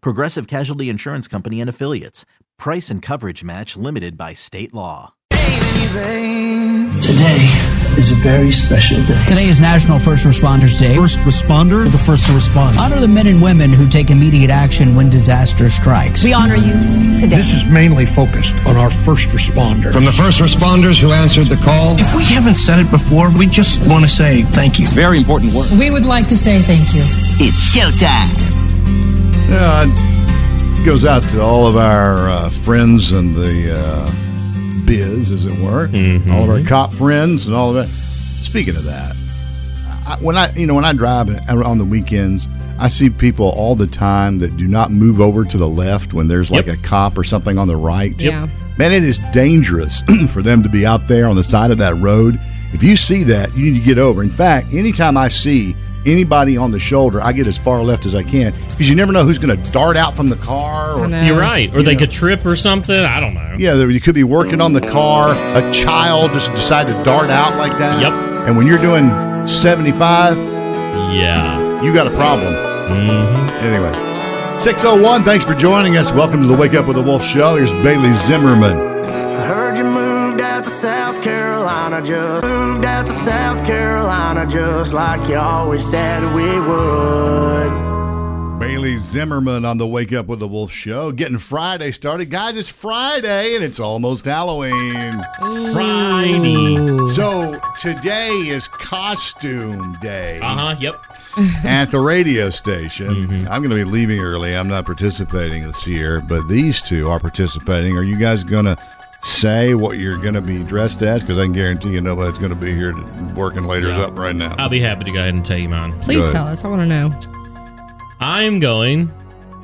Progressive Casualty Insurance Company and Affiliates. Price and coverage match limited by state law. Today is a very special day. Today is National First Responders Day. First responder, the first to respond. Honor the men and women who take immediate action when disaster strikes. We honor you today. This is mainly focused on our first responder. From the first responders who answered the call. If we haven't said it before, we just want to say thank you. It's very important work. We would like to say thank you. It's showtime. Yeah, it goes out to all of our uh, friends and the. Uh, biz, as it were. Mm-hmm. All of our cop friends and all of that. Speaking of that, I, when I you know when I drive on the weekends, I see people all the time that do not move over to the left when there's like yep. a cop or something on the right. Yeah, man, it is dangerous for them to be out there on the side of that road. If you see that, you need to get over. In fact, anytime I see anybody on the shoulder, I get as far left as I can because you never know who's going to dart out from the car. Or, You're right, or you they know. could trip or something. I don't know. Yeah, you could be working on the car. A child just decide to dart out like that. Yep. And when you're doing 75, yeah, you got a problem. Mm-hmm. Anyway. 601, thanks for joining us. Welcome to the Wake Up with the Wolf show. Here's Bailey Zimmerman. I heard you moved out to South Carolina, just moved out to South Carolina, just like you always said we would. Bailey Zimmerman on the Wake Up with the Wolf show, getting Friday started. Guys, it's Friday and it's almost Halloween. Ooh. Friday. So today is costume day. Uh huh, yep. At the radio station. Mm-hmm. I'm going to be leaving early. I'm not participating this year, but these two are participating. Are you guys going to say what you're going to be dressed as? Because I can guarantee you nobody's going to be here working later yeah. up right now. I'll be happy to go ahead and tell you mine. Uh, Please tell us. I want to know. I'm going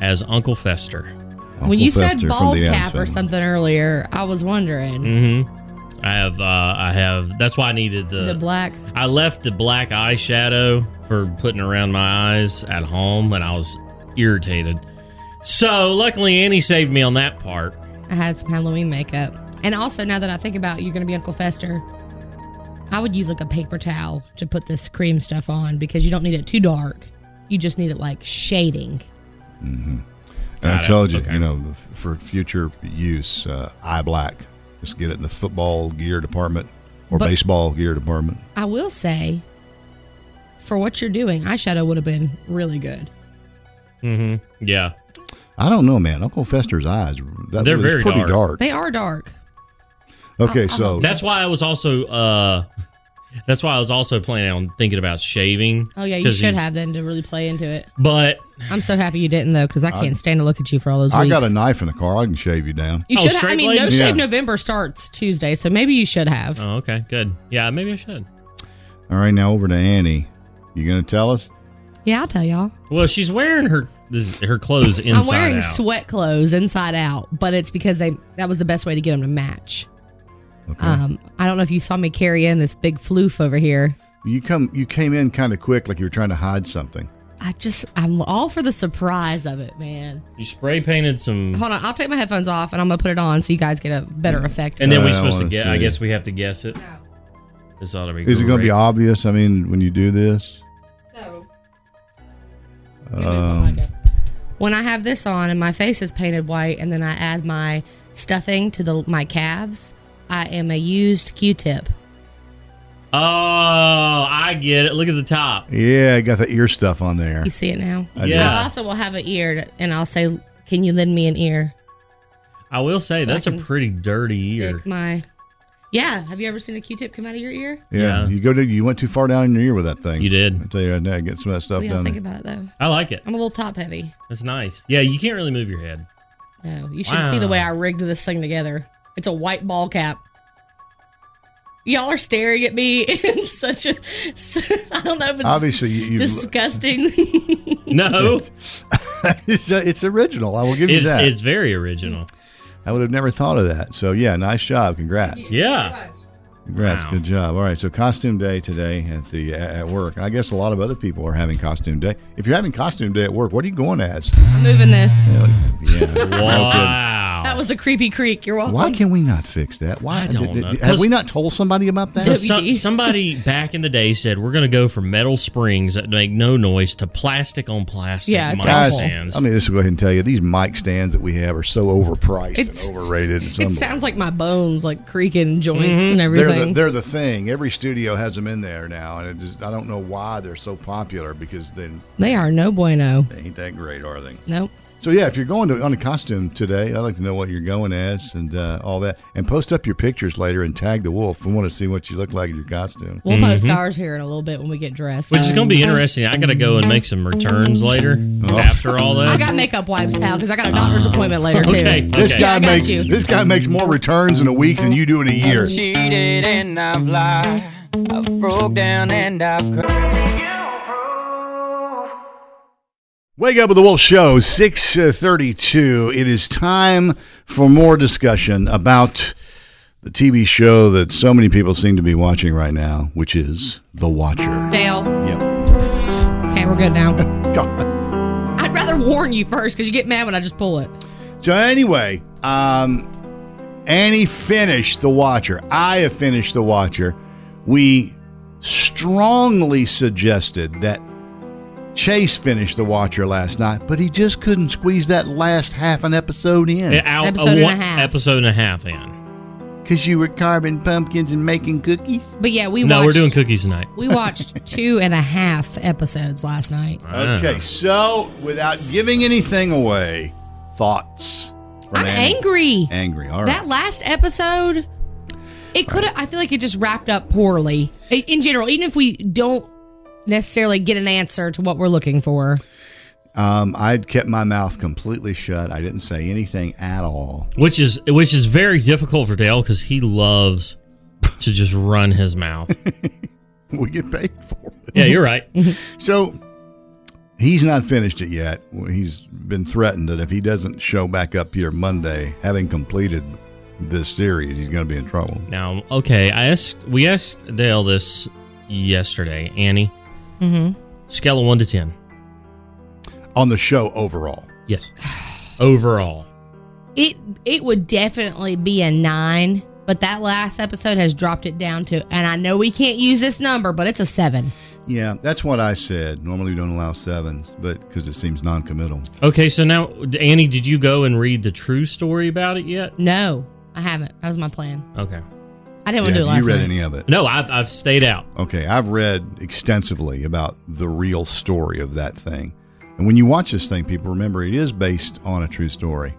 as Uncle Fester. Uncle when you Fester said bald cap or something earlier, I was wondering. Mm-hmm. I have, uh, I have. That's why I needed the the black. I left the black eyeshadow for putting around my eyes at home, and I was irritated. So luckily, Annie saved me on that part. I had some Halloween makeup. And also, now that I think about it, you're going to be Uncle Fester. I would use like a paper towel to put this cream stuff on because you don't need it too dark. You just need it like shading. Mm-hmm. And I told you, okay. you know, for future use, uh, eye black. Just get it in the football gear department or but baseball gear department. I will say, for what you're doing, eyeshadow would have been really good. Mm-hmm. Yeah. I don't know, man. Uncle Fester's eyes, that, they're very pretty dark. dark. They uh, uh-huh. are dark. Okay, I, so I that's why I was also uh that's why I was also planning on thinking about shaving. Oh yeah, you should have then to really play into it. But I'm so happy you didn't though, because I can't I, stand to look at you for all those. I weeks. got a knife in the car. I can shave you down. You oh, should. Ha- I mean, blade? no shave yeah. November starts Tuesday, so maybe you should have. Oh, okay, good. Yeah, maybe I should. All right, now over to Annie. You gonna tell us? Yeah, I'll tell y'all. Well, she's wearing her this, her clothes inside. I'm wearing out. sweat clothes inside out, but it's because they that was the best way to get them to match. Okay. Um, I don't know if you saw me carry in this big floof over here. You come, you came in kind of quick, like you were trying to hide something. I just, I'm all for the surprise of it, man. You spray painted some. Hold on, I'll take my headphones off and I'm gonna put it on so you guys get a better yeah. effect. And then Uh, we're I supposed to get. I guess we have to guess it. No. This ought to be. Is great. it gonna be obvious? I mean, when you do this. So. Um, when I have this on and my face is painted white, and then I add my stuffing to the my calves. I am a used Q-tip. Oh, I get it. Look at the top. Yeah, I got the ear stuff on there. You see it now? I yeah. I also will have an ear, and I'll say, "Can you lend me an ear?" I will say So I that's a can pretty dirty ear. Stick my. Yeah. Have you ever seen a Q-tip come out of your ear? Yeah, you go to you went too far down your ear with that thing. You did. I tell you right now, get some of that stuff we all done. think about it though. I like it. I'm a little top heavy. It's nice. Yeah, you can't really move your head. No, you should see the way I rigged this thing together. It's a white ball cap. Y'all are staring at me in such a. I don't know if it's Obviously, you- you- disgusting. No, it's, it's original. I will give you Oh. it's, that. it's very original. I would have never thought of that. So yeah, nice job. Congrats. Yeah. Congrats, Wow. good job. All right, so costume day today at the at work. I guess a lot of other people are having costume day. If you're having costume day at work, what are you going as? I'm moving this. Yeah, no good. Wow. That was the creepy creek. You're welcome. Why can we not fix that? Why I don't did- know. did- have we not told somebody about that? Because some- somebody back in the day said we're going to go from metal springs that make no noise to plastic on plastic Yeah, it's mic awful. stands. I mean, just go ahead and tell you, these mic stands that we have are so overpriced It's- and overrated. It's It unbelievable. sounds like my bones, like creaking joints Mm-hmm. and They're the, everything. they're the thing. Every studio has them in there now, and it just, I don't know why they're so popular because they they are no bueno. they ain't that great, are they? Nope. So yeah, if you're going to on a costume today, I'd like to know what you're going as and uh, all that, and post up your pictures later and tag the wolf. We want to see what you look like in your costume. We'll post ours here in a little bit when we get dressed. Mm-hmm. Which is going to be interesting. I got to go and make some returns later Oh. after all I this. got makeup wipes, pal, because I got a doctor's appointment later too. okay. This Okay. guy I got makes you. this guy makes more returns in a week than you do in a year. cheated and I've lied. I've broke down and I've cried. Wake up with the Wolf Show, six thirty-two. It is time for more discussion about the TV show that so many people seem to be watching right now, which is The Watcher. Dale. Yep. Okay, we're good now. God. I'd rather warn you first because you get mad when I just pull it. So anyway, um, Annie finished The Watcher. I have finished The Watcher. We strongly suggested that Chase finish The Watcher last night, but he just couldn't squeeze that last half an episode in. Yeah, out- Episode and a one- half. Episode and a half in. Because you were carving pumpkins and making cookies? But yeah, we no, watched, we're doing cookies tonight. we watched two and a half episodes last night. Ah. Okay, so without giving anything away, thoughts. from I'm Annie. angry. Angry, all right. That last episode, it could have. I feel like it just wrapped up poorly I- in general. Even if we don't necessarily get an answer to what we're looking for, Um, I'd kept my mouth completely shut. I didn't say anything at all. Which is which is very difficult for Dale because he loves to just run his mouth. We get paid for it. yeah, you're right. So he's not finished it yet. He's been threatened that if he doesn't show back up here Monday, having completed this series, he's going to be in trouble. Now, okay, I asked we asked Dale this yesterday, Annie. Mhm. Scale of one to ten. On the show overall, Yes. Overall. it it would definitely be a nine. But that last episode has dropped it down to, and I know we can't use this number, but it's a seven. yeah, that's what I said. Normally we don't allow sevens, but because it seems non-committal. Okay, so now Annie, did you go and read the true story about it yet? No, I haven't. That was my plan. Okay. I didn't Yeah, want to do it you last read night. any of it? No, I've I've stayed out. Okay, I've read extensively about the real story of that thing. And when you watch this thing, people remember it is based on a true story.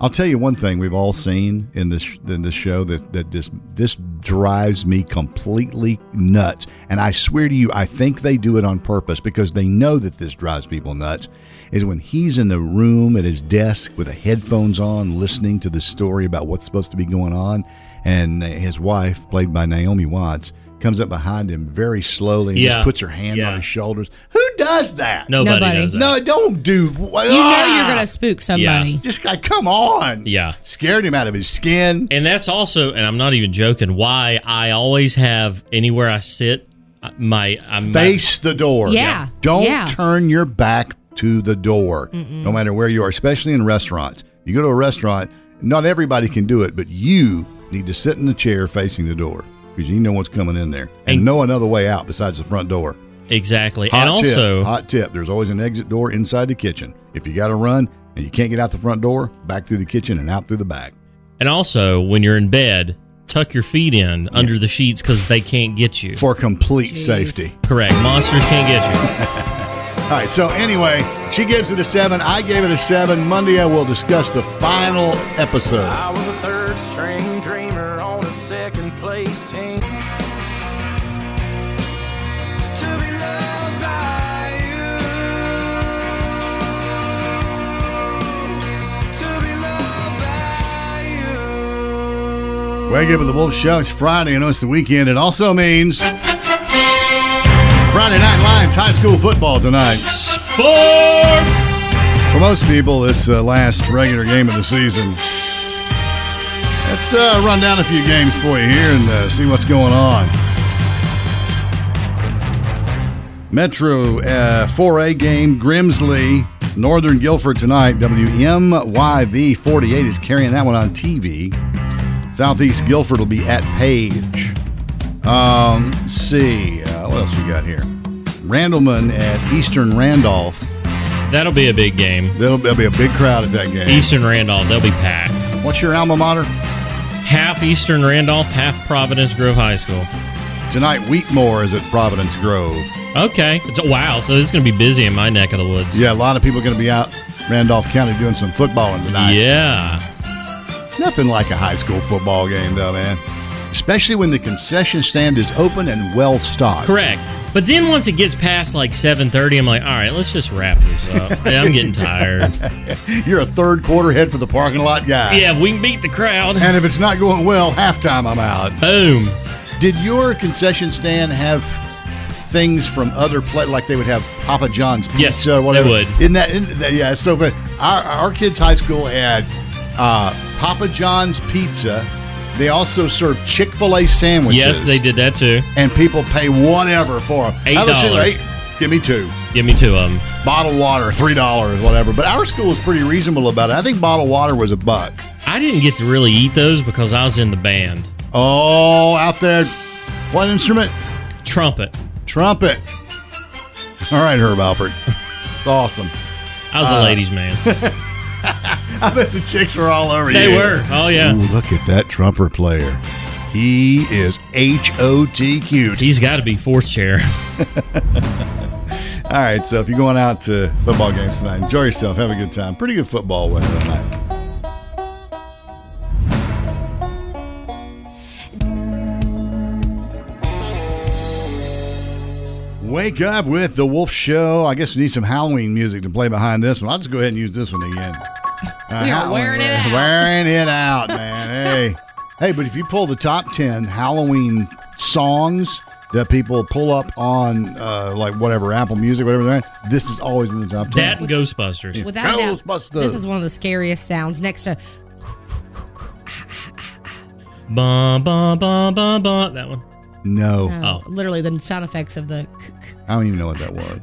I'll tell you one thing we've all seen in this in this show that that just this drives me completely nuts. And I swear to you, I think they do it on purpose because they know that this drives people nuts. Is when he's in the room at his desk with the headphones on, listening to the story about what's supposed to be going on, and his wife, played by Naomi Watts, comes up behind him very slowly and Yeah. just puts her hand Yeah. on his shoulders. Who does that? Nobody, Nobody. does that. No, don't do. Ah! You You Ah! know you're gonna spook somebody. Just guy, come on. Yeah. Scared him out of his skin. And that's also, and I'm not even joking, why I always have anywhere I sit, I- my I'm Face the door. Yeah. Don't Yeah. turn your back to the door, no matter where you are, especially in restaurants. You go to a restaurant, not everybody can do it, but you need to sit in the chair facing the door because you know what's coming in there and, And- know another way out besides the front door. exactly. Hot and tip, also, hot tip there's always an exit door inside the kitchen. If you got to run and you can't get out the front door, back through the kitchen and out through the back. and also when you're in bed, tuck your feet in under the sheets because they can't get you. for complete Jeez. safety. Correct. Monsters can't get you. All right, so anyway, she gives it a seven. I gave it a seven. Monday, I will discuss the final episode. I was a third string dreamer on a second place team. To be loved by you. To be loved by you. Wake up with the Wolf Show. It's Friday, and it's the weekend. It also means. Friday Night Lions high school football tonight. Sports! For most people, this uh, last regular game of the season. Let's uh, run down a few games for you here and uh, see what's going on. Metro 4A game, Grimsley, Northern Guilford tonight. WMYV 48 is carrying that one on TV. Southeast Guilford will be at Page. Um, see, uh, what else we got here? Randleman at Eastern Randolph. That'll be a big game. That'll, that'll, be a big crowd at that game. Eastern Randolph, they'll be packed. What's your alma mater? Half Eastern Randolph, half Providence Grove High School. Tonight, Wheatmore is at Providence Grove. Okay. It's, wow, so it's going to be busy in my neck of the woods. Yeah, a lot of people are going to be out Randolph County doing some footballing tonight. Yeah. Nothing like a high school football game, though, man especially when the concession stand is open and well stocked. Correct. But then once it gets past like 7:30, I'm like, "All right, let's just wrap this up. I'm getting tired." You're a third quarter head for the parking lot guy. Yeah, we can beat the crowd. And if it's not going well, halftime I'm out. Boom. Did your concession stand have things from other play like they would have Papa John's pizza yes, or whatever? They would. Isn't that, isn't that yeah, so but our, our kids high school had uh, Papa John's pizza they also serve Chick Fil A sandwiches. Yes, they did that too. And people pay whatever for them. Eight dollars. Give me two. Give me two of them. Bottled water, three dollars, whatever. But our school was pretty reasonable about it. I think bottled water was a buck. I didn't get to really eat those because I was in the band. Oh, out there, what instrument? Trumpet. Trumpet. All right, Herb Alpert. It's awesome. I was uh, a ladies' man. I bet the chicks were all over they you. They were. Oh yeah. Ooh, look at that trumper player. He is H O T cute. He's got to be fourth chair. all right, so if you're going out to football games tonight, enjoy yourself. Have a good time. Pretty good football weather tonight. Wake up with the Wolf Show. I guess we need some Halloween music to play behind this one. I'll just go ahead and use this one again. Uh, we are wearing it out. Wearing it out, man. hey. Hey, but if you pull the top 10 Halloween songs that people pull up on, uh, like whatever, Apple Music, whatever they're in, this is always in the top 10. That and Ghostbusters. Yeah. Without Ghostbusters. Doubt, this is one of the scariest sounds next to. Ba, ba, ba, ba, ba. That one. No. no. Oh. Literally the sound effects of the. I don't even know what that was.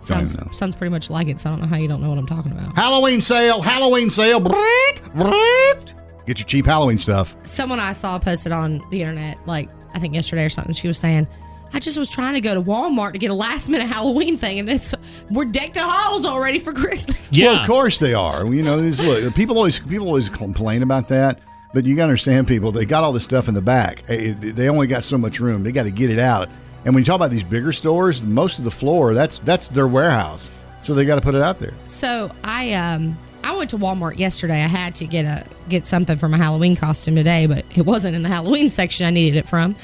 Sounds, sounds pretty much like it, so I don't know how you don't know what I'm talking about. Halloween sale, Halloween sale. Get your cheap Halloween stuff. Someone I saw posted on the internet, like I think yesterday or something, she was saying, I just was trying to go to Walmart to get a last minute Halloween thing, and it's we're decked the halls already for Christmas. Yeah, well, of course they are. You know, look, people always people always complain about that. But you got to understand, people, they got all this stuff in the back. It, it, they only got so much room. They got to get it out. And when you talk about these bigger stores, most of the floor that's that's their warehouse, so they got to put it out there. So I um I went to Walmart yesterday. I had to get a get something for my Halloween costume today, but it wasn't in the Halloween section I needed it from.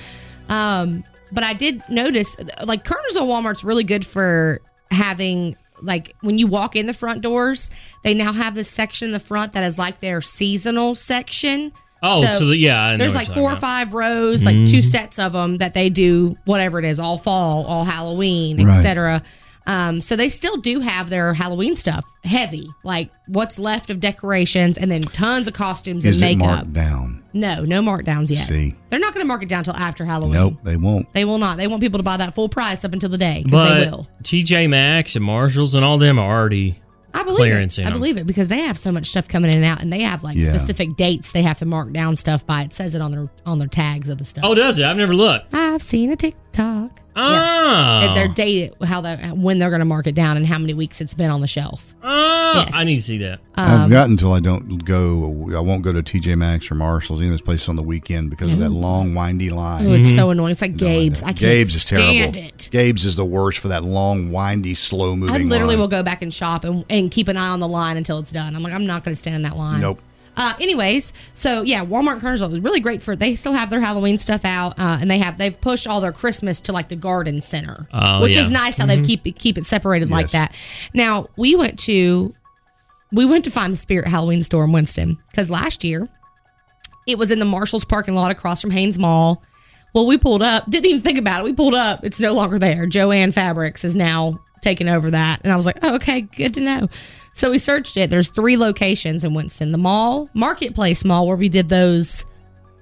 Um, but I did notice like Kernersville Walmart's really good for having like when you walk in the front doors, they now have this section in the front that is like their seasonal section. Oh, so, so the, yeah, there's like four or five rows, like mm. Mm-hmm. two sets of them that they do whatever it is, all fall, all Halloween, right. etc. Um, so they still do have their Halloween stuff heavy, like what's left of decorations, and then tons of costumes is and makeup. marked down? No, no markdowns yet. See, they're not going to mark it down till after Halloween. Nope, they won't. They will not. They want people to buy that full price up until the day because they will. TJ Maxx and Marshalls and all them are already I believe it. I believe it because they have so much stuff coming in and out, and they have like yeah. specific dates they have to mark down stuff by. It says it on their on their tags of the stuff. Oh, does it? I've never looked. I I've seen a TikTok. Ah. Yeah. They're dated how that when they're going to mark it down and how many weeks it's been on the shelf. Ah. Yes. I need to see that. um, I've gotten until I don't go. I won't go to TJ Maxx or Marshalls, any of those places on the weekend because of that long, windy line. Oh, it's so annoying. It's like Gabe's. I can't Gabe's is stand terrible. it. Gabe's is the worst for that long, windy, slow moving. I literally line. will go back and shop and, and keep an eye on the line until it's done. I'm like, I'm not going to stand in that line. Nope. Uh, anyways, so yeah, Walmart Kernersville was really great for. They still have their Halloween stuff out, uh, and they have they've pushed all their Christmas to like the garden center, Oh, which yeah. is nice how they've keep keep it separated Yes. like that. Now we went to we went to find the Spirit Halloween store in Winston because last year it was in the Marshalls parking lot across from Haynes Mall. Well, we pulled up, didn't even think about it. We pulled up, it's no longer there. Joanne Fabrics is now taking over that. And I was like, oh, okay, good to know. So we searched it. There's three locations in Winston the mall, Marketplace Mall, where we did those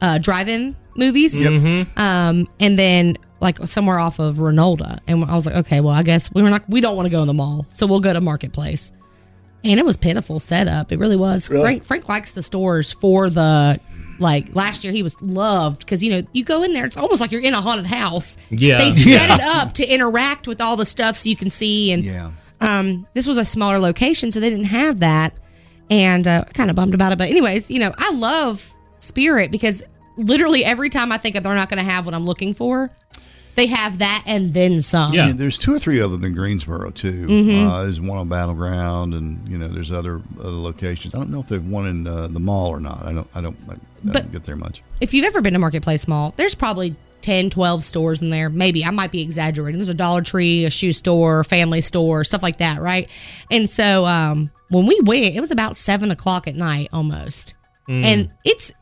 uh, drive in movies. Yep. Mhm. Um, and then like somewhere off of Renolda. And I was like, okay, well, I guess we were not, we don't want to go in the mall. So we'll go to Marketplace. And it was pitiful setup. It really was. Really? Frank Frank likes the stores for the like last year he was loved because you know you go in there it's almost like you're in a haunted house. Yeah. They set Yeah. it up to interact with all the stuff so you can see and yeah. Um, this was a smaller location so they didn't have that and uh, kind of bummed about it. But anyways, you know I love Spirit because literally every time I think they're not going to have what I'm looking for, they have that and then some. I mean, there's two or three of them in Greensboro too. Mhm. Uh, there's one on Battleground, and you know, there's other other locations. I don't know if there's one in uh, the mall or not. I don't. I don't. I, I But- don't get there much. if you've ever been to Marketplace Mall, there's probably 10, 12 stores in there. Maybe I might be exaggerating. There's a Dollar Tree, a shoe store, family store, stuff like that, right? And so um, when we went, it was about seven o'clock at night almost. Mm. And it's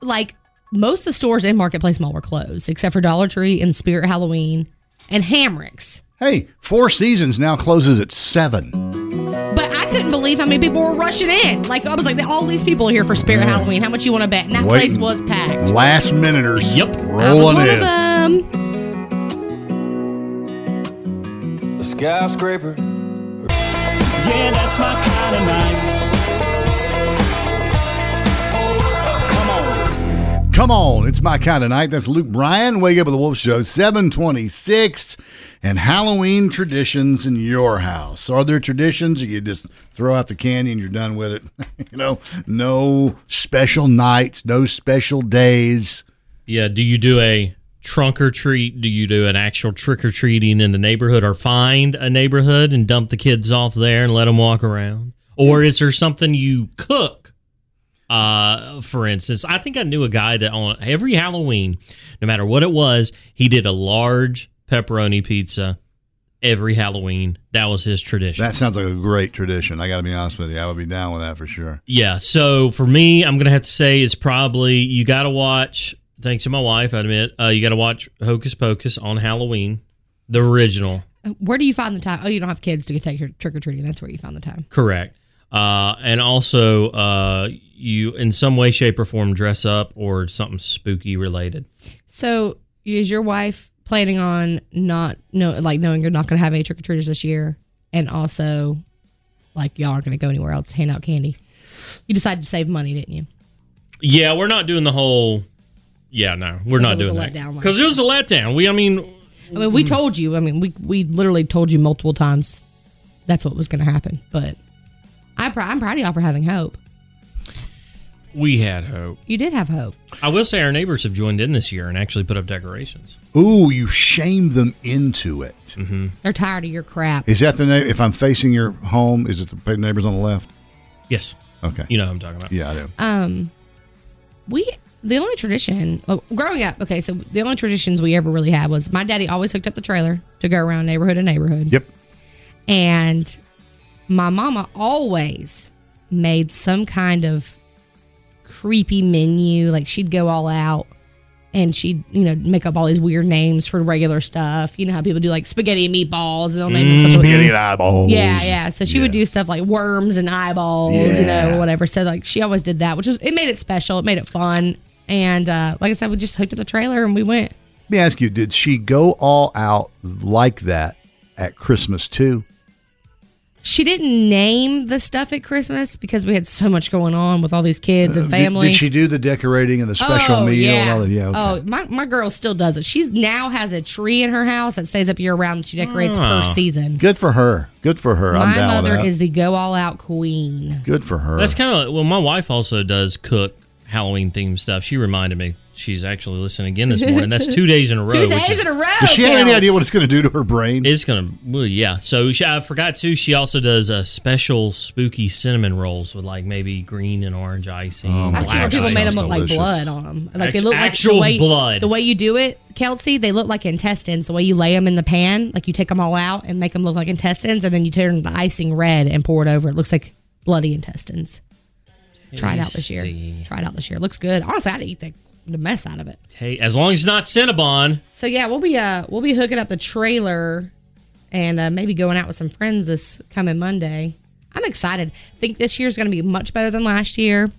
like most of the stores in Marketplace Mall were closed except for Dollar Tree and Spirit Halloween and Hamricks. Hey, Four Seasons now closes at seven. But I couldn't believe how many people were rushing in. Like I was like, all these people are here for Spirit Halloween. How much you want to bet? And that Waiting. place was packed. Last minuters. Yep. I was Rolling one in. of them. The skyscraper. Yeah, that's my kind of night. Come on, it's my kind of night. That's Luke Bryan. Wake up with the Wolf Show, 726, and Halloween traditions in your house. Are there traditions you just throw out the candy and you're done with it? you know, no special nights, no special days. Yeah. Do you do a trunk or treat? Do you do an actual trick or treating in the neighborhood or find a neighborhood and dump the kids off there and let them walk around? Or is there something you cook? Uh, for instance, I think I knew a guy that on every Halloween, no matter what it was, he did a large pepperoni pizza every Halloween. That was his tradition. That sounds like a great tradition. I got to be honest with you. I would be down with that for sure. Yeah. So for me, I'm gonna have to say it's probably you got to watch. Thanks to my wife, I admit, uh, you got to watch Hocus Pocus on Halloween, the original. Where do you find the time? Oh, you don't have kids to take your trick or treating. That's where you find the time. Correct. Uh, and also, uh, you in some way, shape, or form dress up or something spooky related. So, is your wife planning on not no like knowing you're not going to have any trick or treaters this year, and also like y'all aren't going to go anywhere else to hand out candy? You decided to save money, didn't you? Yeah, we're not doing the whole. Yeah, no, we're Because not it was doing a that letdown last because it was a letdown. We, I mean, I mean, we told you. I mean, we we literally told you multiple times that's what was going to happen. But I, pr- I'm proud of y'all for having hope. we had hope. You did have hope. I will say our neighbors have joined in this year and actually put up decorations. Ooh, you shamed them into it. Is They're tired of your crap. that the name? If I'm facing your home, is it the neighbors on the left? Yes. Okay. You know what I'm talking about. Yeah, I do. Um, we the only tradition oh, growing up. Okay, so the only traditions we ever really had was my daddy always hooked up the trailer to go around neighborhood to neighborhood. Yep. And my mama always made some kind of creepy menu. Like she'd go all out and she'd you know make up all these weird names for regular stuff. You know how people do like spaghetti and meatballs. and They'll name it something. Spaghetti and eyeballs. Yeah, yeah. So she would do stuff like worms and eyeballs, you know, or whatever. So like she always did that, which was it made it special. It made it fun. And uh, like I said, we just hooked up the trailer and we went. Let me ask you, did she go all out like that at Christmas too? She didn't name the stuff at Christmas because we had so much going on with all these kids and Uh, did- family. Did, she do the decorating and the special Oh, meal? Yeah. And all of, yeah. okay. Oh, my, my girl still does it. She now has a tree in her house that stays up year round that she decorates per season. Ah. Good for her. Good for her. I'm My down with mother that. is the go all out queen. Good for her. That's kind of well. My wife also does cook Halloween themed stuff. She reminded me she's actually listening again this morning. That's two days in a row. Two which days is- in a row. Does she have any counts. idea what it's going to do to her brain? It's gonna, well, yeah. So she, I forgot too. She also does uh, special spooky cinnamon rolls with like maybe green and orange icing. Oh, my I've seen where people icing. made them look like blood on them. Like they Act- look like actual the way, blood. The way you do it, Kelsey, they look like intestines. The way you lay them in the pan, like you take them all out and make them look like intestines, and then you turn the icing red and pour it over. It looks like bloody intestines. Try it out this year. Try it out this year. Looks good. Honestly, I'd eat the, the mess out of it. Hey, as long as it's not Cinnabon. So yeah, we'll be uh we'll be hooking up the trailer and uh, maybe going out with some friends this coming Monday. I'm excited. Think this year's going to be much better than last year.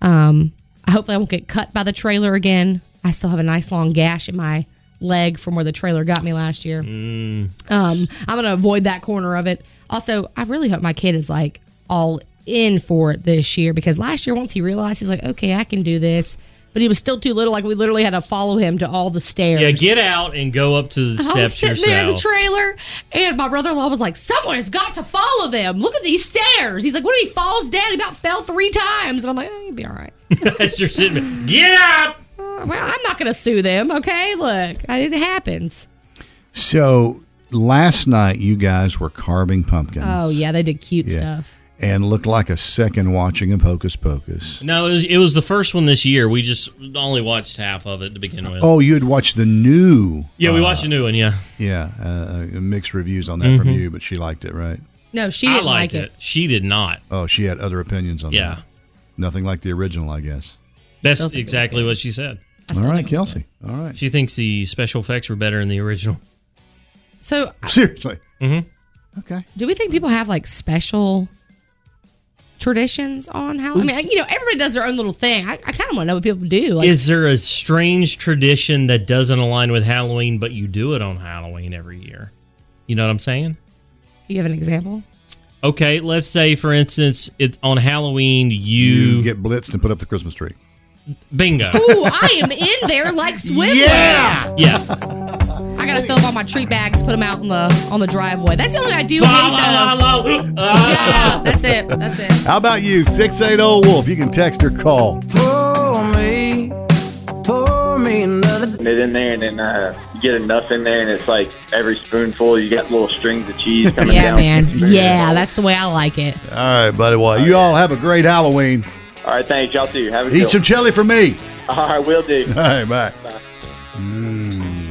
Um, I hopefully I won't get cut by the trailer again. I still have a nice long gash in my leg from where the trailer got me last year. Mm. Um, I'm going to avoid that corner of it. Also, I really hope my kid is like all in for it this year because last year, once he realized, he's like, okay, I can do this. But he was still too little. Like, we literally had to follow him to all the stairs. Yeah, get out and go up to the I was steps sitting there in the yourself. trailer, and my brother in law was like, Someone has got to follow them. Look at these stairs. He's like, What if he falls down? He about fell three times. And I'm like, oh, He'll be all right. As you're sitting, there, get up. Uh, Well, I'm not going to sue them, okay? Look, I- it happens. So last night you guys were carving pumpkins. Oh, yeah, they did cute Yeah. stuff. And looked like a second watching of Hocus Pocus. No, it was, it was the first one this year. We just only watched half of it to begin with. Oh, you had watched the new. yeah, we uh, watched a new one. Yeah, Yeah, uh, uh, mixed reviews on that from Mhm. you, but she liked it, right? No, she didn't I liked like it. it. She did not. Oh, she had other opinions on that. Yeah. Nothing like the original, I guess. That's Still think it was exactly what she said. All right, Kelsey. All right. She thinks the special effects were better in the original. So, Seriously. Mm-hmm. Okay. do we think people have like special traditions on how? I mean, you know, everybody does their own little thing. I, I kind of want to know what people do. Like, Is there a strange tradition that doesn't align with Halloween, but you do it on Halloween every year? You know what I'm saying? you have an example? Okay, let's say, for instance, it's on Halloween. You, You get blitzed and put up the Christmas tree. bingo. Ooh, I am in there like swimwear. Yeah. Yeah, I gotta fill up all my treat bags, put them out on the on the driveway. That's the only thing I do La, hate la, though. la, la. uh, Yeah, that's it. That's it. How about you, 680 Wolf? You can text or call. Pour me, pour me another. it in there, and then uh, you get enough in there, and it's like every spoonful you got little strings of cheese coming Yeah, down. man. Yeah, that's the way I like it. All right, buddy. Well, you all have a great Halloween. All right, thanks. Y'all see you. Have a Eat good some chili for me. one. All right, will do. All right, bye. Mmm,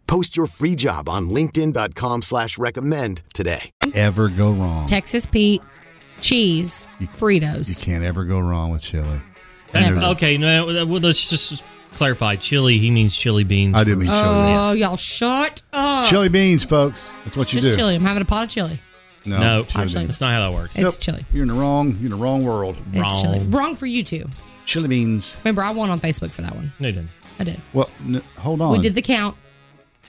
Post your free job on linkedin.com/recommend slash recommend today. Ever go wrong? Texas Pete, cheese, You- Fritos. You can't ever go wrong with chili. Never. Okay, no, uh, well, let's just clarify. Chili, he means chili beans. I do mean chili. Oh, y'all shut up. Chili beans, folks. That's what Oh. It's you just do. chili. I'm having a pot of chili. No, No, chili actually, beans. that's not how that works. It's chili. You're in the wrong. You're in the wrong world. It's chili. Wrong for you two. Chili beans. Remember, I won on Facebook for that one. No, you didn't. I did. Well, n- hold on. We did the count.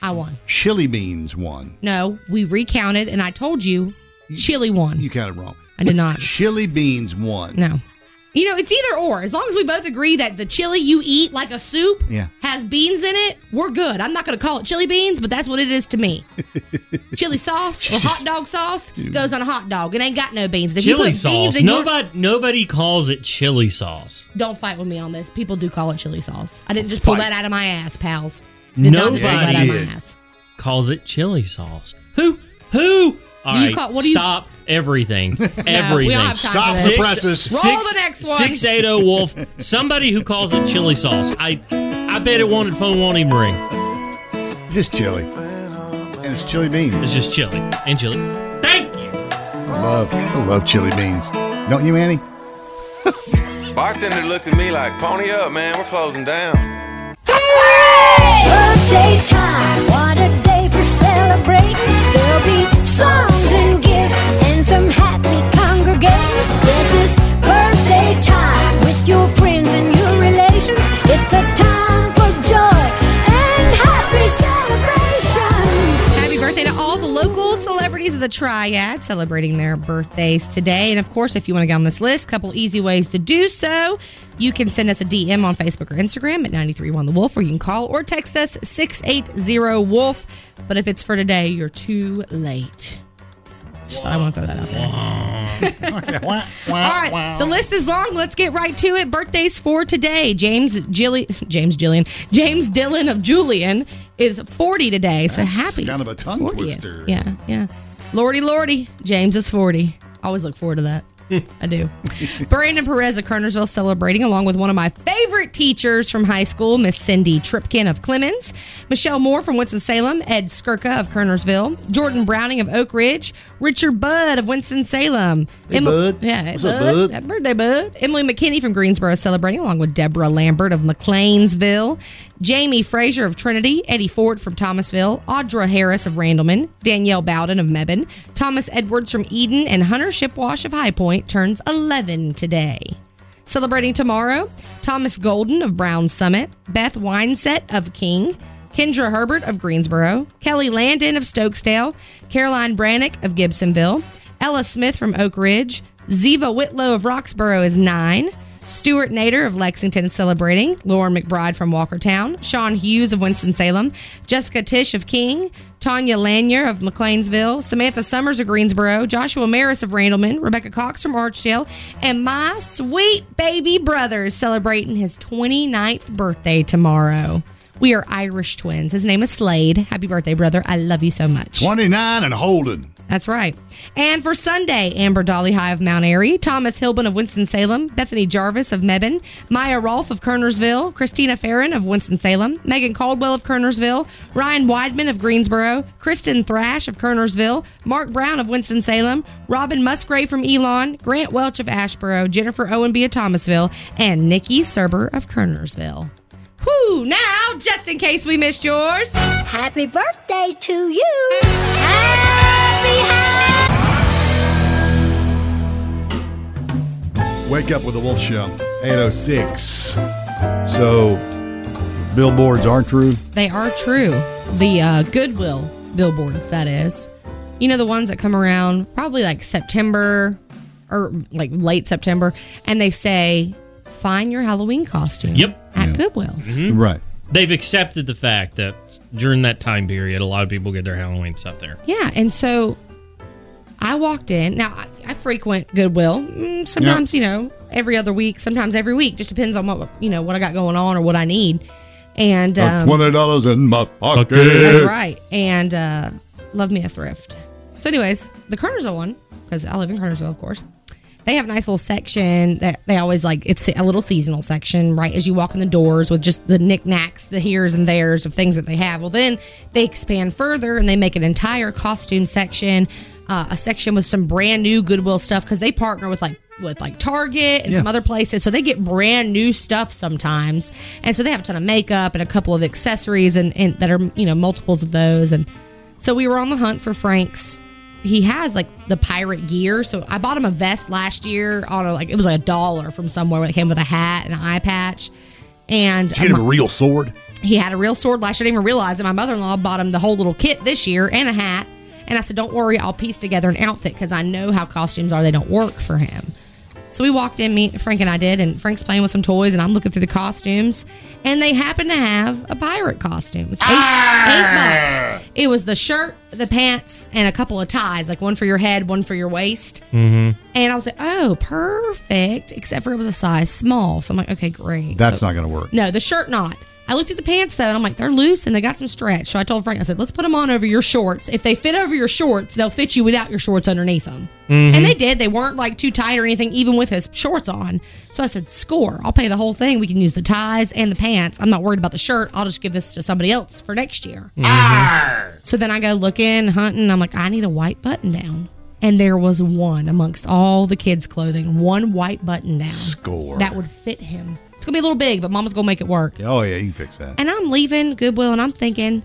I won. chili beans one. No, we recounted, and I told you chili won. You counted wrong. I did not. Chili beans one. No. You know, it's either or. As long as we both agree that the chili you eat like a soup Yeah. has beans in it, we're good. I'm not going to call it chili beans, but that's what it is to me. chili sauce or hot dog sauce goes on a hot dog. It ain't got no beans. If you put chili beans sauce. in your- Nobody, nobody calls it chili sauce. Don't fight with me on this. People do call it chili sauce. I didn't just pull Fight. that out of my ass, pals. Did not Nobody just pull that out of my did. ass. calls it chili sauce. Who? Who? All Do you right, call- what do you- stop everything. everything. we don't have time for Stop this. the presses. Roll the next one. Six eight zero Wolf. Somebody who calls it chili sauce. I, I bet it wanted phone won't even ring. It's just chili. And it's chili beans. It's just chili and chili. Thank you. I love, I love chili beans. Don't you, Annie? Bartender looked at me like, pony up, man, we're closing down. Birthday time, what a day for celebrating. There'll be songs and gifts and some happy congregating. This is birthday time with your friends and your relations. It's a time for joy and happy celebrations. Happy birthday to all the local celebrities of the Triad celebrating their birthdays today. And of course, if you want to get on this list, couple easy ways to do so. You can send us a DM on Facebook or Instagram at 931 The Wolf, or you can call or text us 680 Wolf. But if it's for today, you're too late. It's Just, I want to throw that out there. All right, the list is long. Let's get right to it. Birthdays for today: James Jilly, James Jillian, James Dillon of Julian is forty today. So happy Kind of a tongue 40th. twister. Yeah, yeah. Lordy, Lordy, James is 40. I always look forward to that. I do. Brandon Perez of Kernersville celebrating along with one of my favorite teachers from high school, Miss Cindy Tripkin of Clemens, Michelle Moore from Winston-Salem, Ed Skirka of Kernersville, Jordan Browning of Oak Ridge, Richard Budd of Winston-Salem. Hey, Bud. Yeah, What's up, Bud? Happy birthday, Bud. Emily McKinney from Greensboro celebrating along with Deborah Lambert of McLeansville, Jamie Frazier of Trinity, Eddie Ford from Thomasville, Audra Harris of Randleman, Danielle Bowden of Mebane, Thomas Edwards from Eden, and Hunter Shipwash of High Point turns 11 today. Celebrating tomorrow, Thomas Golden of Brown Summit, Beth Winesett of King, Kendra Herbert of Greensboro, Kelly Landon of Stokesdale, Caroline Brannick of Gibsonville, Ella Smith from Oak Ridge, Ziva Whitlow of Roxboro is nine, Stuart Nader of Lexington is celebrating, Lauren McBride from Walkertown, Sean Hughes of Winston-Salem, Jessica Tish of King, Tanya Lanier of McLeansville, Samantha Summers of Greensboro, Joshua Maris of Randleman, Rebecca Cox from Archdale, and my sweet baby brother is celebrating his 29th birthday tomorrow. We are Irish twins. His name is Slade. Happy birthday, brother. I love you so much. 29 and Holden. That's right. And for Sunday, Amber Dolly High of Mount Airy, Thomas Hilbin of Winston-Salem, Bethany Jarvis of Mebane, Maya Rolfe of Kernersville, Christina Farron of Winston-Salem, Megan Caldwell of Kernersville, Ryan Weidman of Greensboro, Kristen Thrash of Kernersville, Mark Brown of Winston-Salem, Robin Musgrave from Elon, Grant Welch of Ashboro, Jennifer Owenby of Thomasville, and Nikki Serber of Kernersville. Whew, now, just in case we missed yours. Happy birthday to you. Happy, happy. Wake up with the Wolf Show. 806. So, billboards aren't true. They are true. The uh, Goodwill billboards, that is. You know, the ones that come around probably like September or like late September, and they say, find your Halloween costume. Yep. At Goodwill. Mhm. Right. They've accepted the fact that during that time period, a lot of people get their Halloween stuff there. Yeah. And so I walked in. Now, I, I frequent Goodwill mm, sometimes, you know, every other week, sometimes every week. Just depends on what, you know, what I got going on or what I need. And Got um, $20 Uh, in my pocket. That's right. And uh, love me a thrift. So, anyways, the Kernersville one, because I live in Kernersville, of course. They have a nice little section that they always like. It's a little seasonal section, right? As you walk in the doors with just the knickknacks, the here's and there's of things that they have. Well, then they expand further and they make an entire costume section uh, a section with some brand new Goodwill stuff because they partner with like with like Target and yeah. some other places. So they get brand new stuff sometimes. And so they have a ton of makeup and a couple of accessories and, and that are, you know, multiples of those. And so we were on the hunt for Frank's. He has like the pirate gear. So I bought him a vest last year on a, like, it was like a dollar from somewhere where it came with a hat and an eye patch. And Did you get him a real sword? He had a real sword last year. I didn't even realize it. My mother in law bought him the whole little kit this year and a hat. And I said, Don't worry, I'll piece together an outfit because I know how costumes are. They don't work for him. So we walked in, me, Frank and I did, and Frank's playing with some toys, and I'm looking through the costumes, and they happen to have a pirate costume. It's eight, eight bucks. It was the shirt, the pants, and a couple of ties, like one for your head, one for your waist. Mm-hmm. And I was like, oh, perfect, except for it was a size small. So I'm like, okay, great. That's so, not going to work. No, the shirt, not. I looked at the pants though, and I'm like, they're loose and they got some stretch. So I told Frank, I said, let's put them on over your shorts. If they fit over your shorts, they'll fit you without your shorts underneath them. Mm-hmm. And they did. They weren't like too tight or anything, even with his shorts on. So I said, score. I'll pay the whole thing. We can use the ties and the pants. I'm not worried about the shirt. I'll just give this to somebody else for next year. Mm-hmm. So then I go looking, hunting. I'm like, I need a white button down. And there was one amongst all the kids' clothing, one white button down. Score. That would fit him. It's gonna be a little big, but Mama's gonna make it work. Oh yeah, you can fix that. And I'm leaving Goodwill, and I'm thinking,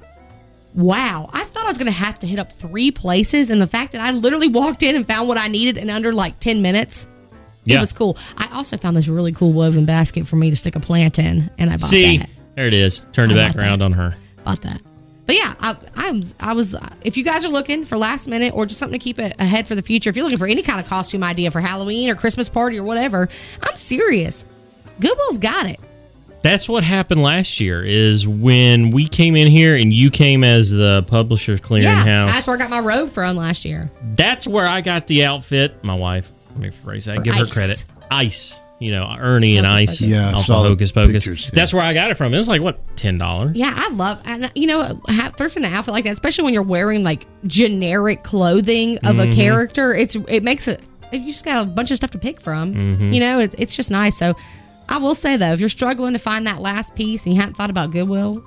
wow, I thought I was gonna have to hit up three places, and the fact that I literally walked in and found what I needed in under like ten minutes. Yeah. It was cool. I also found this really cool woven basket for me to stick a plant in, and I bought See, that. there it is. Turned it back around that. on her. Bought that. But yeah, I, I was, I was. If you guys are looking for last minute or just something to keep ahead for the future, if you're looking for any kind of costume idea for Halloween or Christmas party or whatever, I'm serious. Goodwill's got it. That's what happened last year. Is when we came in here and you came as the publisher's clearinghouse. Yeah, that's where I got my robe from last year. That's where I got the outfit. My wife. Let me phrase that. For give ice. her credit. Ice. You know, Ernie Hocus and Ice. Pocus. Yeah, off Hocus Pocus. Pictures, yeah. That's where I got it from. It was like what ten dollars. Yeah, I love. And you know, thrifting an outfit like that, especially when you're wearing like generic clothing of mm-hmm. a character, it's it makes it. You just got a bunch of stuff to pick from. Mm-hmm. You know, it's it's just nice. So. I will say though, if you're struggling to find that last piece and you haven't thought about Goodwill,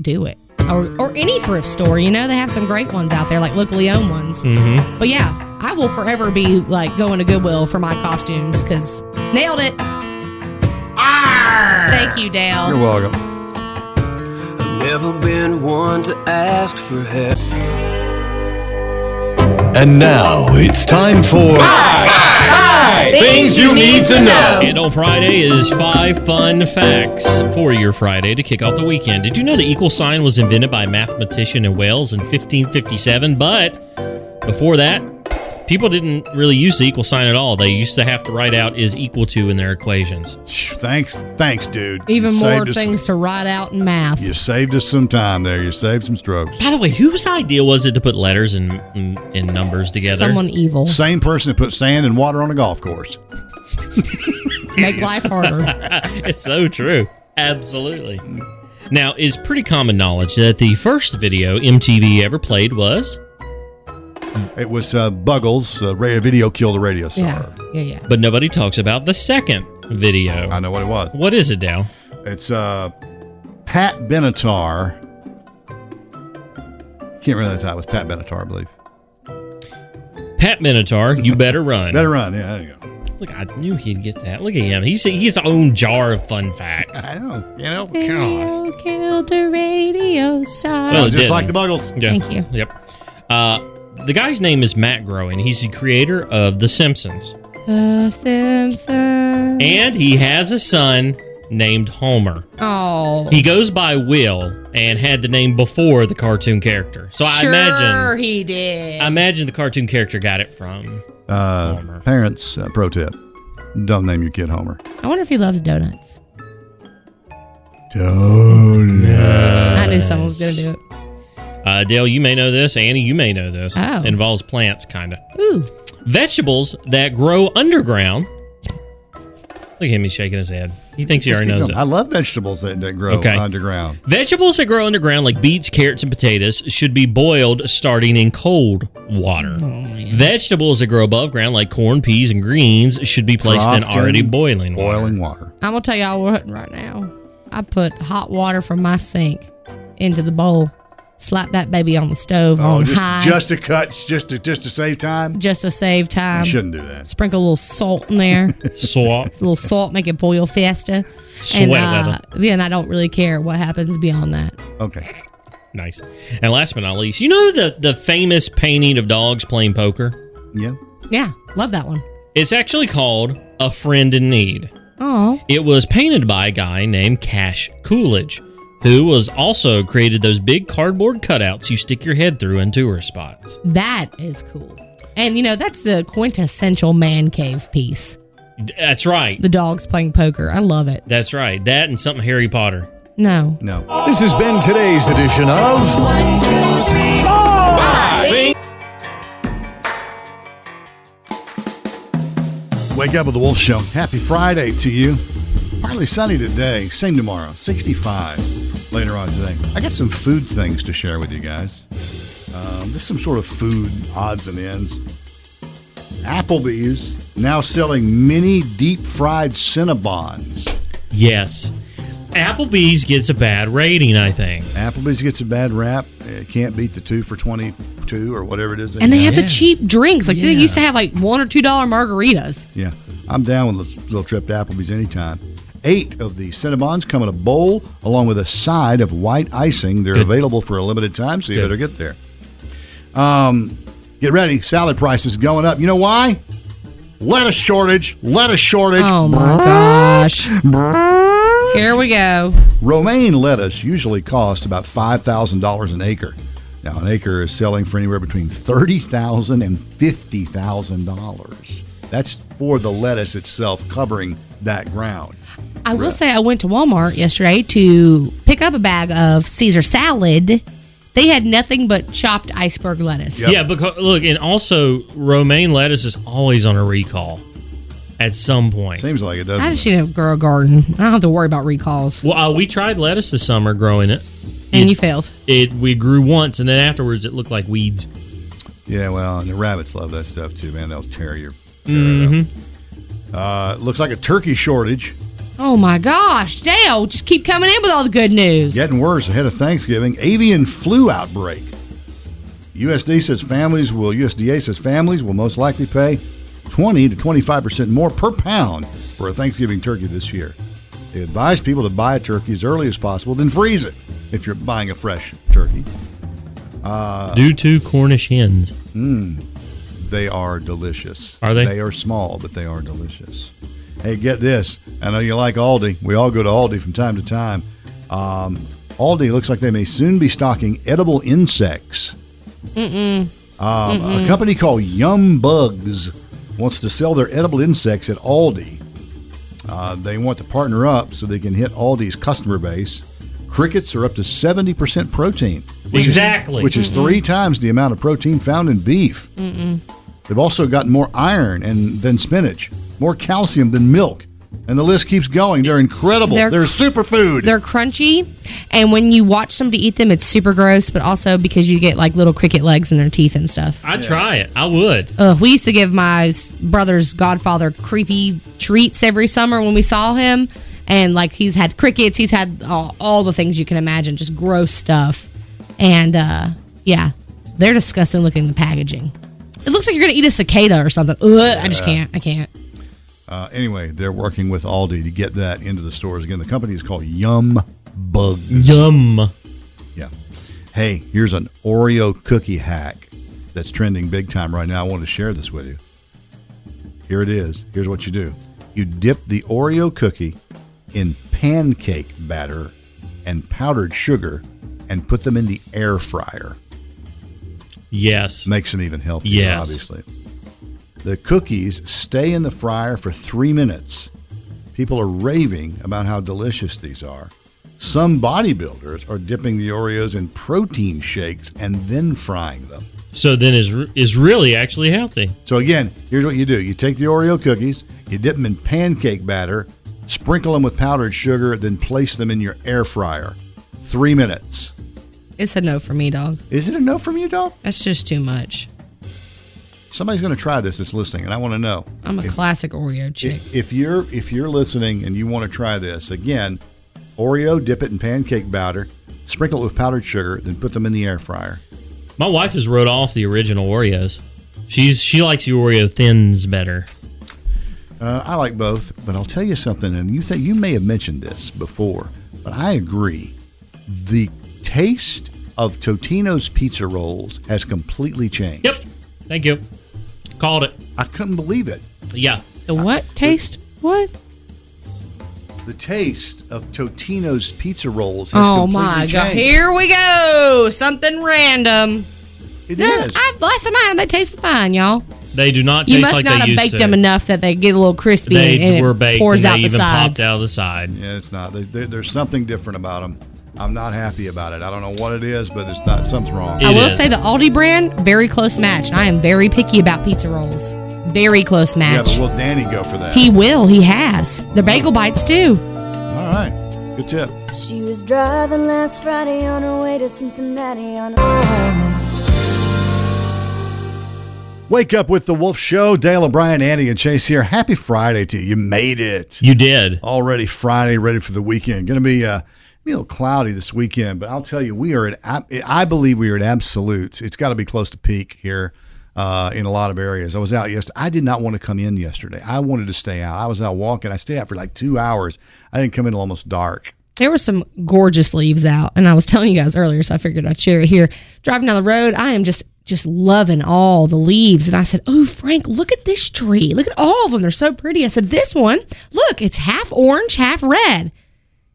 do it. Or, or any thrift store, you know, they have some great ones out there, like locally owned ones. Mm-hmm. But yeah, I will forever be like going to Goodwill for my costumes because nailed it. Arr! Thank you, Dale. You're welcome. I've never been one to ask for help. And now it's time for five, five, five things you need to know. And on Friday is five fun facts for your Friday to kick off the weekend. Did you know the equal sign was invented by a mathematician in Wales in 1557? But before that, people didn't really use the equal sign at all. They used to have to write out is equal to in their equations. Thanks, thanks, dude. Even you more things us, to write out in math. You saved us some time there. You saved some strokes. By the way, whose idea was it to put letters and and, and numbers together? Someone evil. Same person that put sand and water on a golf course. Make life harder. it's so true. Absolutely. Now, it's pretty common knowledge that the first video MTV ever played was it was uh, Buggles. Uh, radio video killed the radio star. Yeah. yeah, yeah. But nobody talks about the second video. I know what it was. What is it, Dale? It's uh, Pat Benatar. Can't remember the title. It was Pat Benatar, I believe. Pat Benatar, you better run. better run. Yeah, there you go. Look, I knew he'd get that. Look at him. He's his own jar of fun facts. I know. You know, radio gosh. killed the radio star. So Oh, just like the Buggles. Yeah. Thank you. Yep. Uh, the guy's name is Matt Groening. He's the creator of The Simpsons. The Simpsons. And he has a son named Homer. Oh. He goes by Will and had the name before the cartoon character. So I sure imagine he did. I imagine the cartoon character got it from uh, Homer. Parents, uh, pro tip: Don't name your kid Homer. I wonder if he loves donuts. Donuts. I knew someone was gonna do it. Uh, Dale, you may know this. Annie, you may know this. Oh. It involves plants, kind of. Ooh. Vegetables that grow underground. Look at him, he's shaking his head. He thinks he already knows it. I love vegetables that, that grow okay. underground. Vegetables that grow underground, like beets, carrots, and potatoes, should be boiled starting in cold water. Oh, vegetables that grow above ground, like corn, peas, and greens, should be placed Dropped in already in boiling water. Boiling water. I'm going to tell y'all what right now. I put hot water from my sink into the bowl slap that baby on the stove on Oh, just, high. just to cut, just to just to save time. just to save time. You shouldn't do that. Sprinkle a little salt in there. Swap. a little salt, make it boil faster. Sweat and, uh, leather. Then I don't really care what happens beyond that. Okay. Nice. And last but not least, you know the the famous painting of dogs playing poker? Yeah. Yeah, love that one. It's actually called A Friend in Need. Oh, It was painted by a guy named Cash Coolidge, who was also created those big cardboard cutouts you stick your head through in tourist spots. that is cool. And you know that's the quintessential man cave piece. That's right. The dogs playing poker. I love it. That's right. That and something Harry Potter. No. No. This has been today's edition of One, two, three, four, five. Wake up with the Wolf Show. Happy Friday to you. Partly sunny today, same tomorrow, 65 later on today. I got some food things to share with you guys. Um, this is some sort of food odds and ends. Applebee's now selling mini deep fried Cinnabons. Yes. Applebee's gets a bad rating, I think. Applebee's gets a bad rap. It can't beat the two for 22 or whatever it is. And they have. have the cheap drinks. Like they Yeah. used to have like one or two dollar margaritas. Yeah, I'm down with a little trip to Applebee's anytime. Eight of the Cinnabons come in a bowl along with a side of white icing. They're Good. available for a limited time, so you Good. better get there. Um, get ready, salad prices going up. You know why? Lettuce shortage. Lettuce shortage. Oh my gosh. Here we go. Romaine lettuce usually costs about five thousand dollars an acre. Now an acre is selling for anywhere between thirty thousand and fifty thousand dollars. That's for the lettuce itself covering that ground. I will say I went to Walmart yesterday to pick up a bag of Caesar salad. They had nothing but chopped iceberg lettuce. Yeah, because look, and also romaine lettuce is always on a recall at some point. Seems like it doesn't. I just need to grow a garden. I don't have to worry about recalls. Well, uh, we tried lettuce this summer growing it. And you failed. It we grew once, and then afterwards it looked like weeds. Yeah, well, and the rabbits love that stuff too, man. They'll tear your. Mm-hmm. Uh, looks like a turkey shortage. Oh my gosh, Dale, just keep coming in with all the good news. Getting worse ahead of Thanksgiving. Avian flu outbreak. USD says families will USDA says families will most likely pay 20 to 25 percent more per pound for a Thanksgiving turkey this year. They advise people to buy a turkey as early as possible, then freeze it if you're buying a fresh turkey. Due to Cornish hens. They are delicious. Are they? They are small, but they are delicious. Hey, get this. I know you like Aldi. We all go to Aldi from time to time. Um, Aldi looks like they may soon be stocking edible insects. Mm-mm. Um, A company called Yum Bugs wants to sell their edible insects at Aldi. Uh, they want to partner up so they can hit Aldi's customer base. Crickets are up to 70% protein. which is- Exactly. Which is three times the amount of protein found in beef. They've also got more iron and than spinach, more calcium than milk, and the list keeps going. They're incredible. They're, They're- superfood. They're crunchy, and when you watch somebody eat them, it's super gross, but also because you get like little cricket legs in their teeth and stuff. I'd try it. I would. Ugh, we used to give my s- brother's godfather creepy treats every summer when we saw him. And like he's had crickets, he's had all, all the things you can imagine, just gross stuff. And uh, yeah, they're disgusting looking, the packaging. It looks like you're going to eat a cicada or something. Ugh, I just can't. I can't. uh, anyway, they're working with Aldi to get that into the stores again. The company is called Yum Bug. Yum. Yeah. Hey, here's an Oreo cookie hack that's trending big time right now. I want to share this with you. Here it is. Here's what you do you dip the Oreo cookie in pancake batter and powdered sugar and put them in the air fryer. Yes. Makes them even healthier, Yes. obviously. The cookies stay in the fryer for three minutes. People are raving about how delicious these are. Some bodybuilders are dipping the Oreos in protein shakes and then frying them. So then is is really actually healthy. So, again, here's what you do you take the Oreo cookies, you dip them in pancake batter, sprinkle them with powdered sugar, then place them in your air fryer. Three minutes. It's a no for me, dog. Is it a no from you, dog? That's just too much. Somebody's going to try this that's listening, and I want to know. I'm a classic Oreo chick. If you're if you're listening and you want to try this again, Oreo, dip it in pancake batter, sprinkle it with powdered sugar, then put them in the air fryer. My wife has wrote off the original Oreos. She's she likes the Oreo thins better. Uh, I like both, but I'll tell you something, and you think you may have mentioned this before, but I agree. The taste of Totino's pizza rolls has completely changed. Yep. Thank you. Called it. I couldn't believe it. Yeah. The what I, taste? The, what? The taste of Totino's pizza rolls. oh my god! changed. Here we go. Something random. It no, is. I blessed them out. They tasted fine, y'all. They do not. You taste must like not they have used baked to. them enough that they get a little crispy They and, and were it baked. pours and out they the even sides. popped out of the side. Yeah, it's not. There, there- there's something different about them. I'm not happy about it. I don't know what it is, but it's not. Something's wrong. I will say the Aldi brand very close match. I am very picky about pizza rolls. Very close Yeah, match. but will Danny go for that? he will. He has the bagel bites too. All right. Good tip. She was driving last Friday on her way to Cincinnati on her Wake up with the Wolf Show. Dale O'Brien, Andy, and Chase here. Happy Friday to you. You made it. You did. Already Friday, ready for the weekend. Going to be uh, be a little cloudy this weekend, but I'll tell you, we are at. ab- I believe we are at absolutes. It's got to be close to peak here uh, in a lot of areas. I was out yesterday. I did not want to come in yesterday. I wanted to stay out. I was out walking. I stayed out for like two hours. I didn't come in till almost dark. There were some gorgeous leaves out, and I was telling you guys earlier, so I figured I'd share it here. Driving down the road, I am just just loving all the leaves, and I said, "Oh, Frank, look at this tree! Look at all of them; they're so pretty." I said, "This one, look, it's half orange, half red."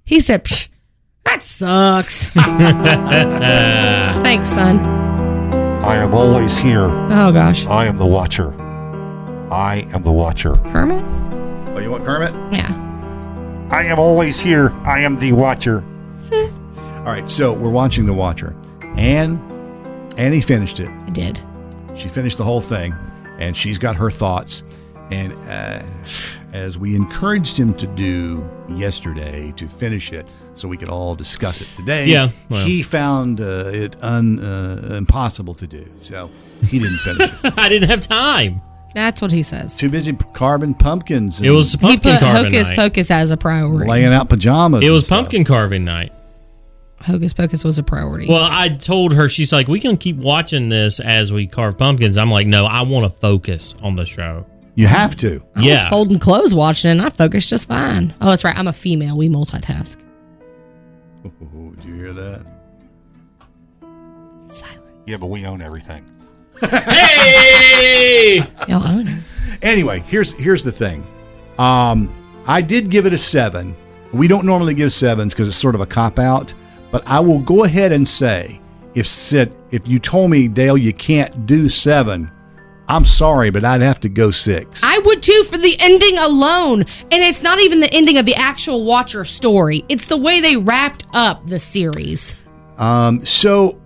He said, Psh, "That sucks." Thanks, son. I am always here. Oh gosh, I am the watcher. I am the watcher. Kermit. Oh, you want Kermit? Yeah. I am always here. I am the watcher. All right. So we're watching The Watcher, and Annie finished it. I did. She finished the whole thing, and she's got her thoughts. And uh, as we encouraged him to do yesterday, to finish it, so we could all discuss it today. Yeah, well. he found uh, it un, uh, impossible to do, so he didn't finish it. I didn't have time. That's what he says. Too busy carving pumpkins. It was He pumpkin put carving Hocus night. Pocus as a priority. laying out pajamas. It and was stuff. pumpkin carving night. Hocus Pocus was a priority. Well, I told her she's like, we can keep watching this as we carve pumpkins. I'm like, no, I want to focus on the show. You have to. I was yeah, folding clothes watching, and I focused just fine. Oh, that's right. I'm a female. We multitask. Oh, did you hear that? Yeah, but we own everything. Y'all own her. Anyway, here's here's the thing. Um, I did give it a seven. We don't normally give sevens because it's sort of a cop out, but I will go ahead and say if said if you told me Dale you can't do seven, I'm sorry, but I'd have to go six. I would too for the ending alone. And it's not even the ending of the actual Watcher story, it's the way they wrapped up the series. Um, so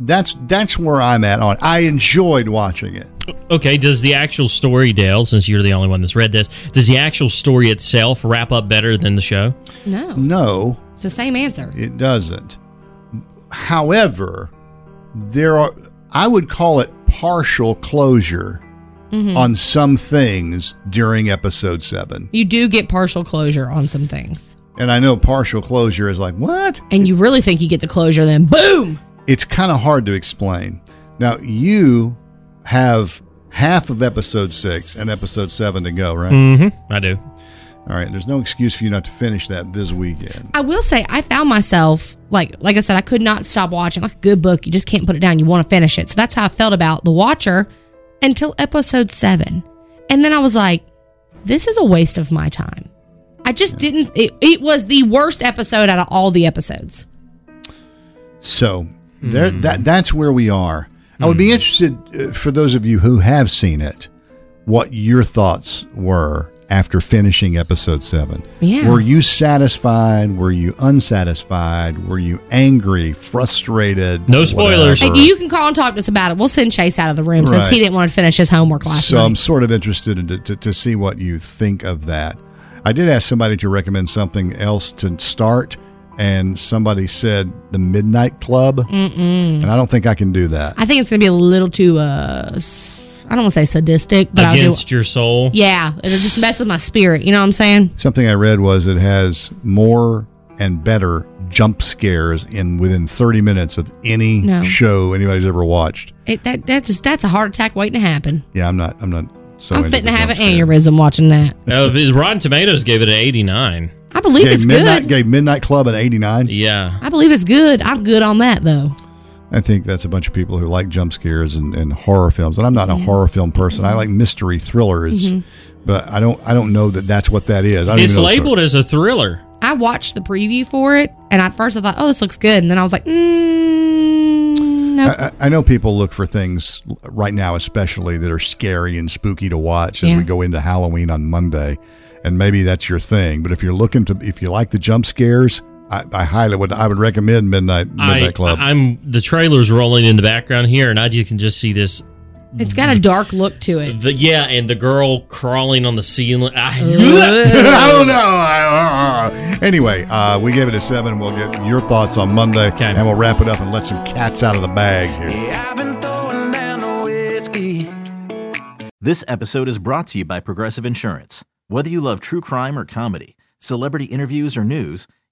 that's that's where I'm at on. it. I enjoyed watching it. Okay, does the actual story, Dale, since you're the only one that's read this, does the actual story itself wrap up better than the show? No, No, it's the same answer. It doesn't. However, there are I would call it partial closure on some things during episode 7. You do get partial closure on some things. And I know partial closure is like, "What?" And you really think you get the closure, then boom! It's kind of hard to explain. Now, you have half of episode 6 and episode 7 to go, right? Mm-hmm. I do. All right, there's no excuse for you not to finish that this weekend. I will say I found myself like like I said I could not stop watching like a good book you just can't put it down you want to finish it so that's how I felt about The Watcher until episode 7 and then I was like this is a waste of my time I just didn't it, it was the worst episode out of all the episodes So there, Hmm. that that's where we are. I would be interested uh, for those of you who have seen it, what your thoughts were after finishing episode seven. Yeah. Were you satisfied? Were you unsatisfied? Were you angry, frustrated? No spoilers. Hey, whatever? you can call and talk to us about it we'll send Chase out of the room since Right. he didn't want to finish his homework last So I'm night sort of interested in to, to, to see what you think of that. I did ask somebody to recommend something else to start, and somebody said the Midnight Club, Mm-mm. and I don't think I can do that. I think it's gonna be a little too uh s- I don't want to say sadistic but I'll do Against your soul. yeah it'll just mess with my spirit you know what I'm saying Something I read was it has more and better jump scares in within 30 minutes of any No. show anybody's ever watched. It, that, that's that's a heart attack waiting to happen. Yeah, I'm not. I'm not. So I'm into fitting the to have an jump scare. aneurysm watching that. Uh, his Rotten Tomatoes gave it an 89. I believe Gave it's Midnight, good. Gave Midnight Club an 89. Yeah. I believe it's good. I'm good on that though. I think that's a bunch of people who like jump scares and, and horror films. And I'm not a horror film person. I like mystery thrillers, Mhm. but I don't. I don't know that that's what that is. I don't It's even know it's- labeled as a thriller. I watched the preview for it, and at first I thought, "Oh, this looks good," and then I was like, mm, "No." I, I- I know people look for things l- right now, especially that are scary and spooky to watch as Yeah. we go into Halloween on Monday, and maybe that's your thing. But if you're looking to, if you like the jump scares, I, I highly would. I would recommend Midnight Midnight I, Club. I'm the trailer's rolling in the background here, and I just can just see this. it's got a dark look to it. The, yeah, and the girl crawling on the ceiling. I I, don't know. I- uh, uh. Anyway, uh, we gave it a seven. and We'll get your thoughts on Monday, and we'll wrap it up and let some cats out of the bag here. I've been throwing down the whiskey. This episode is brought to you by Progressive Insurance. Whether you love true crime or comedy, celebrity interviews or news,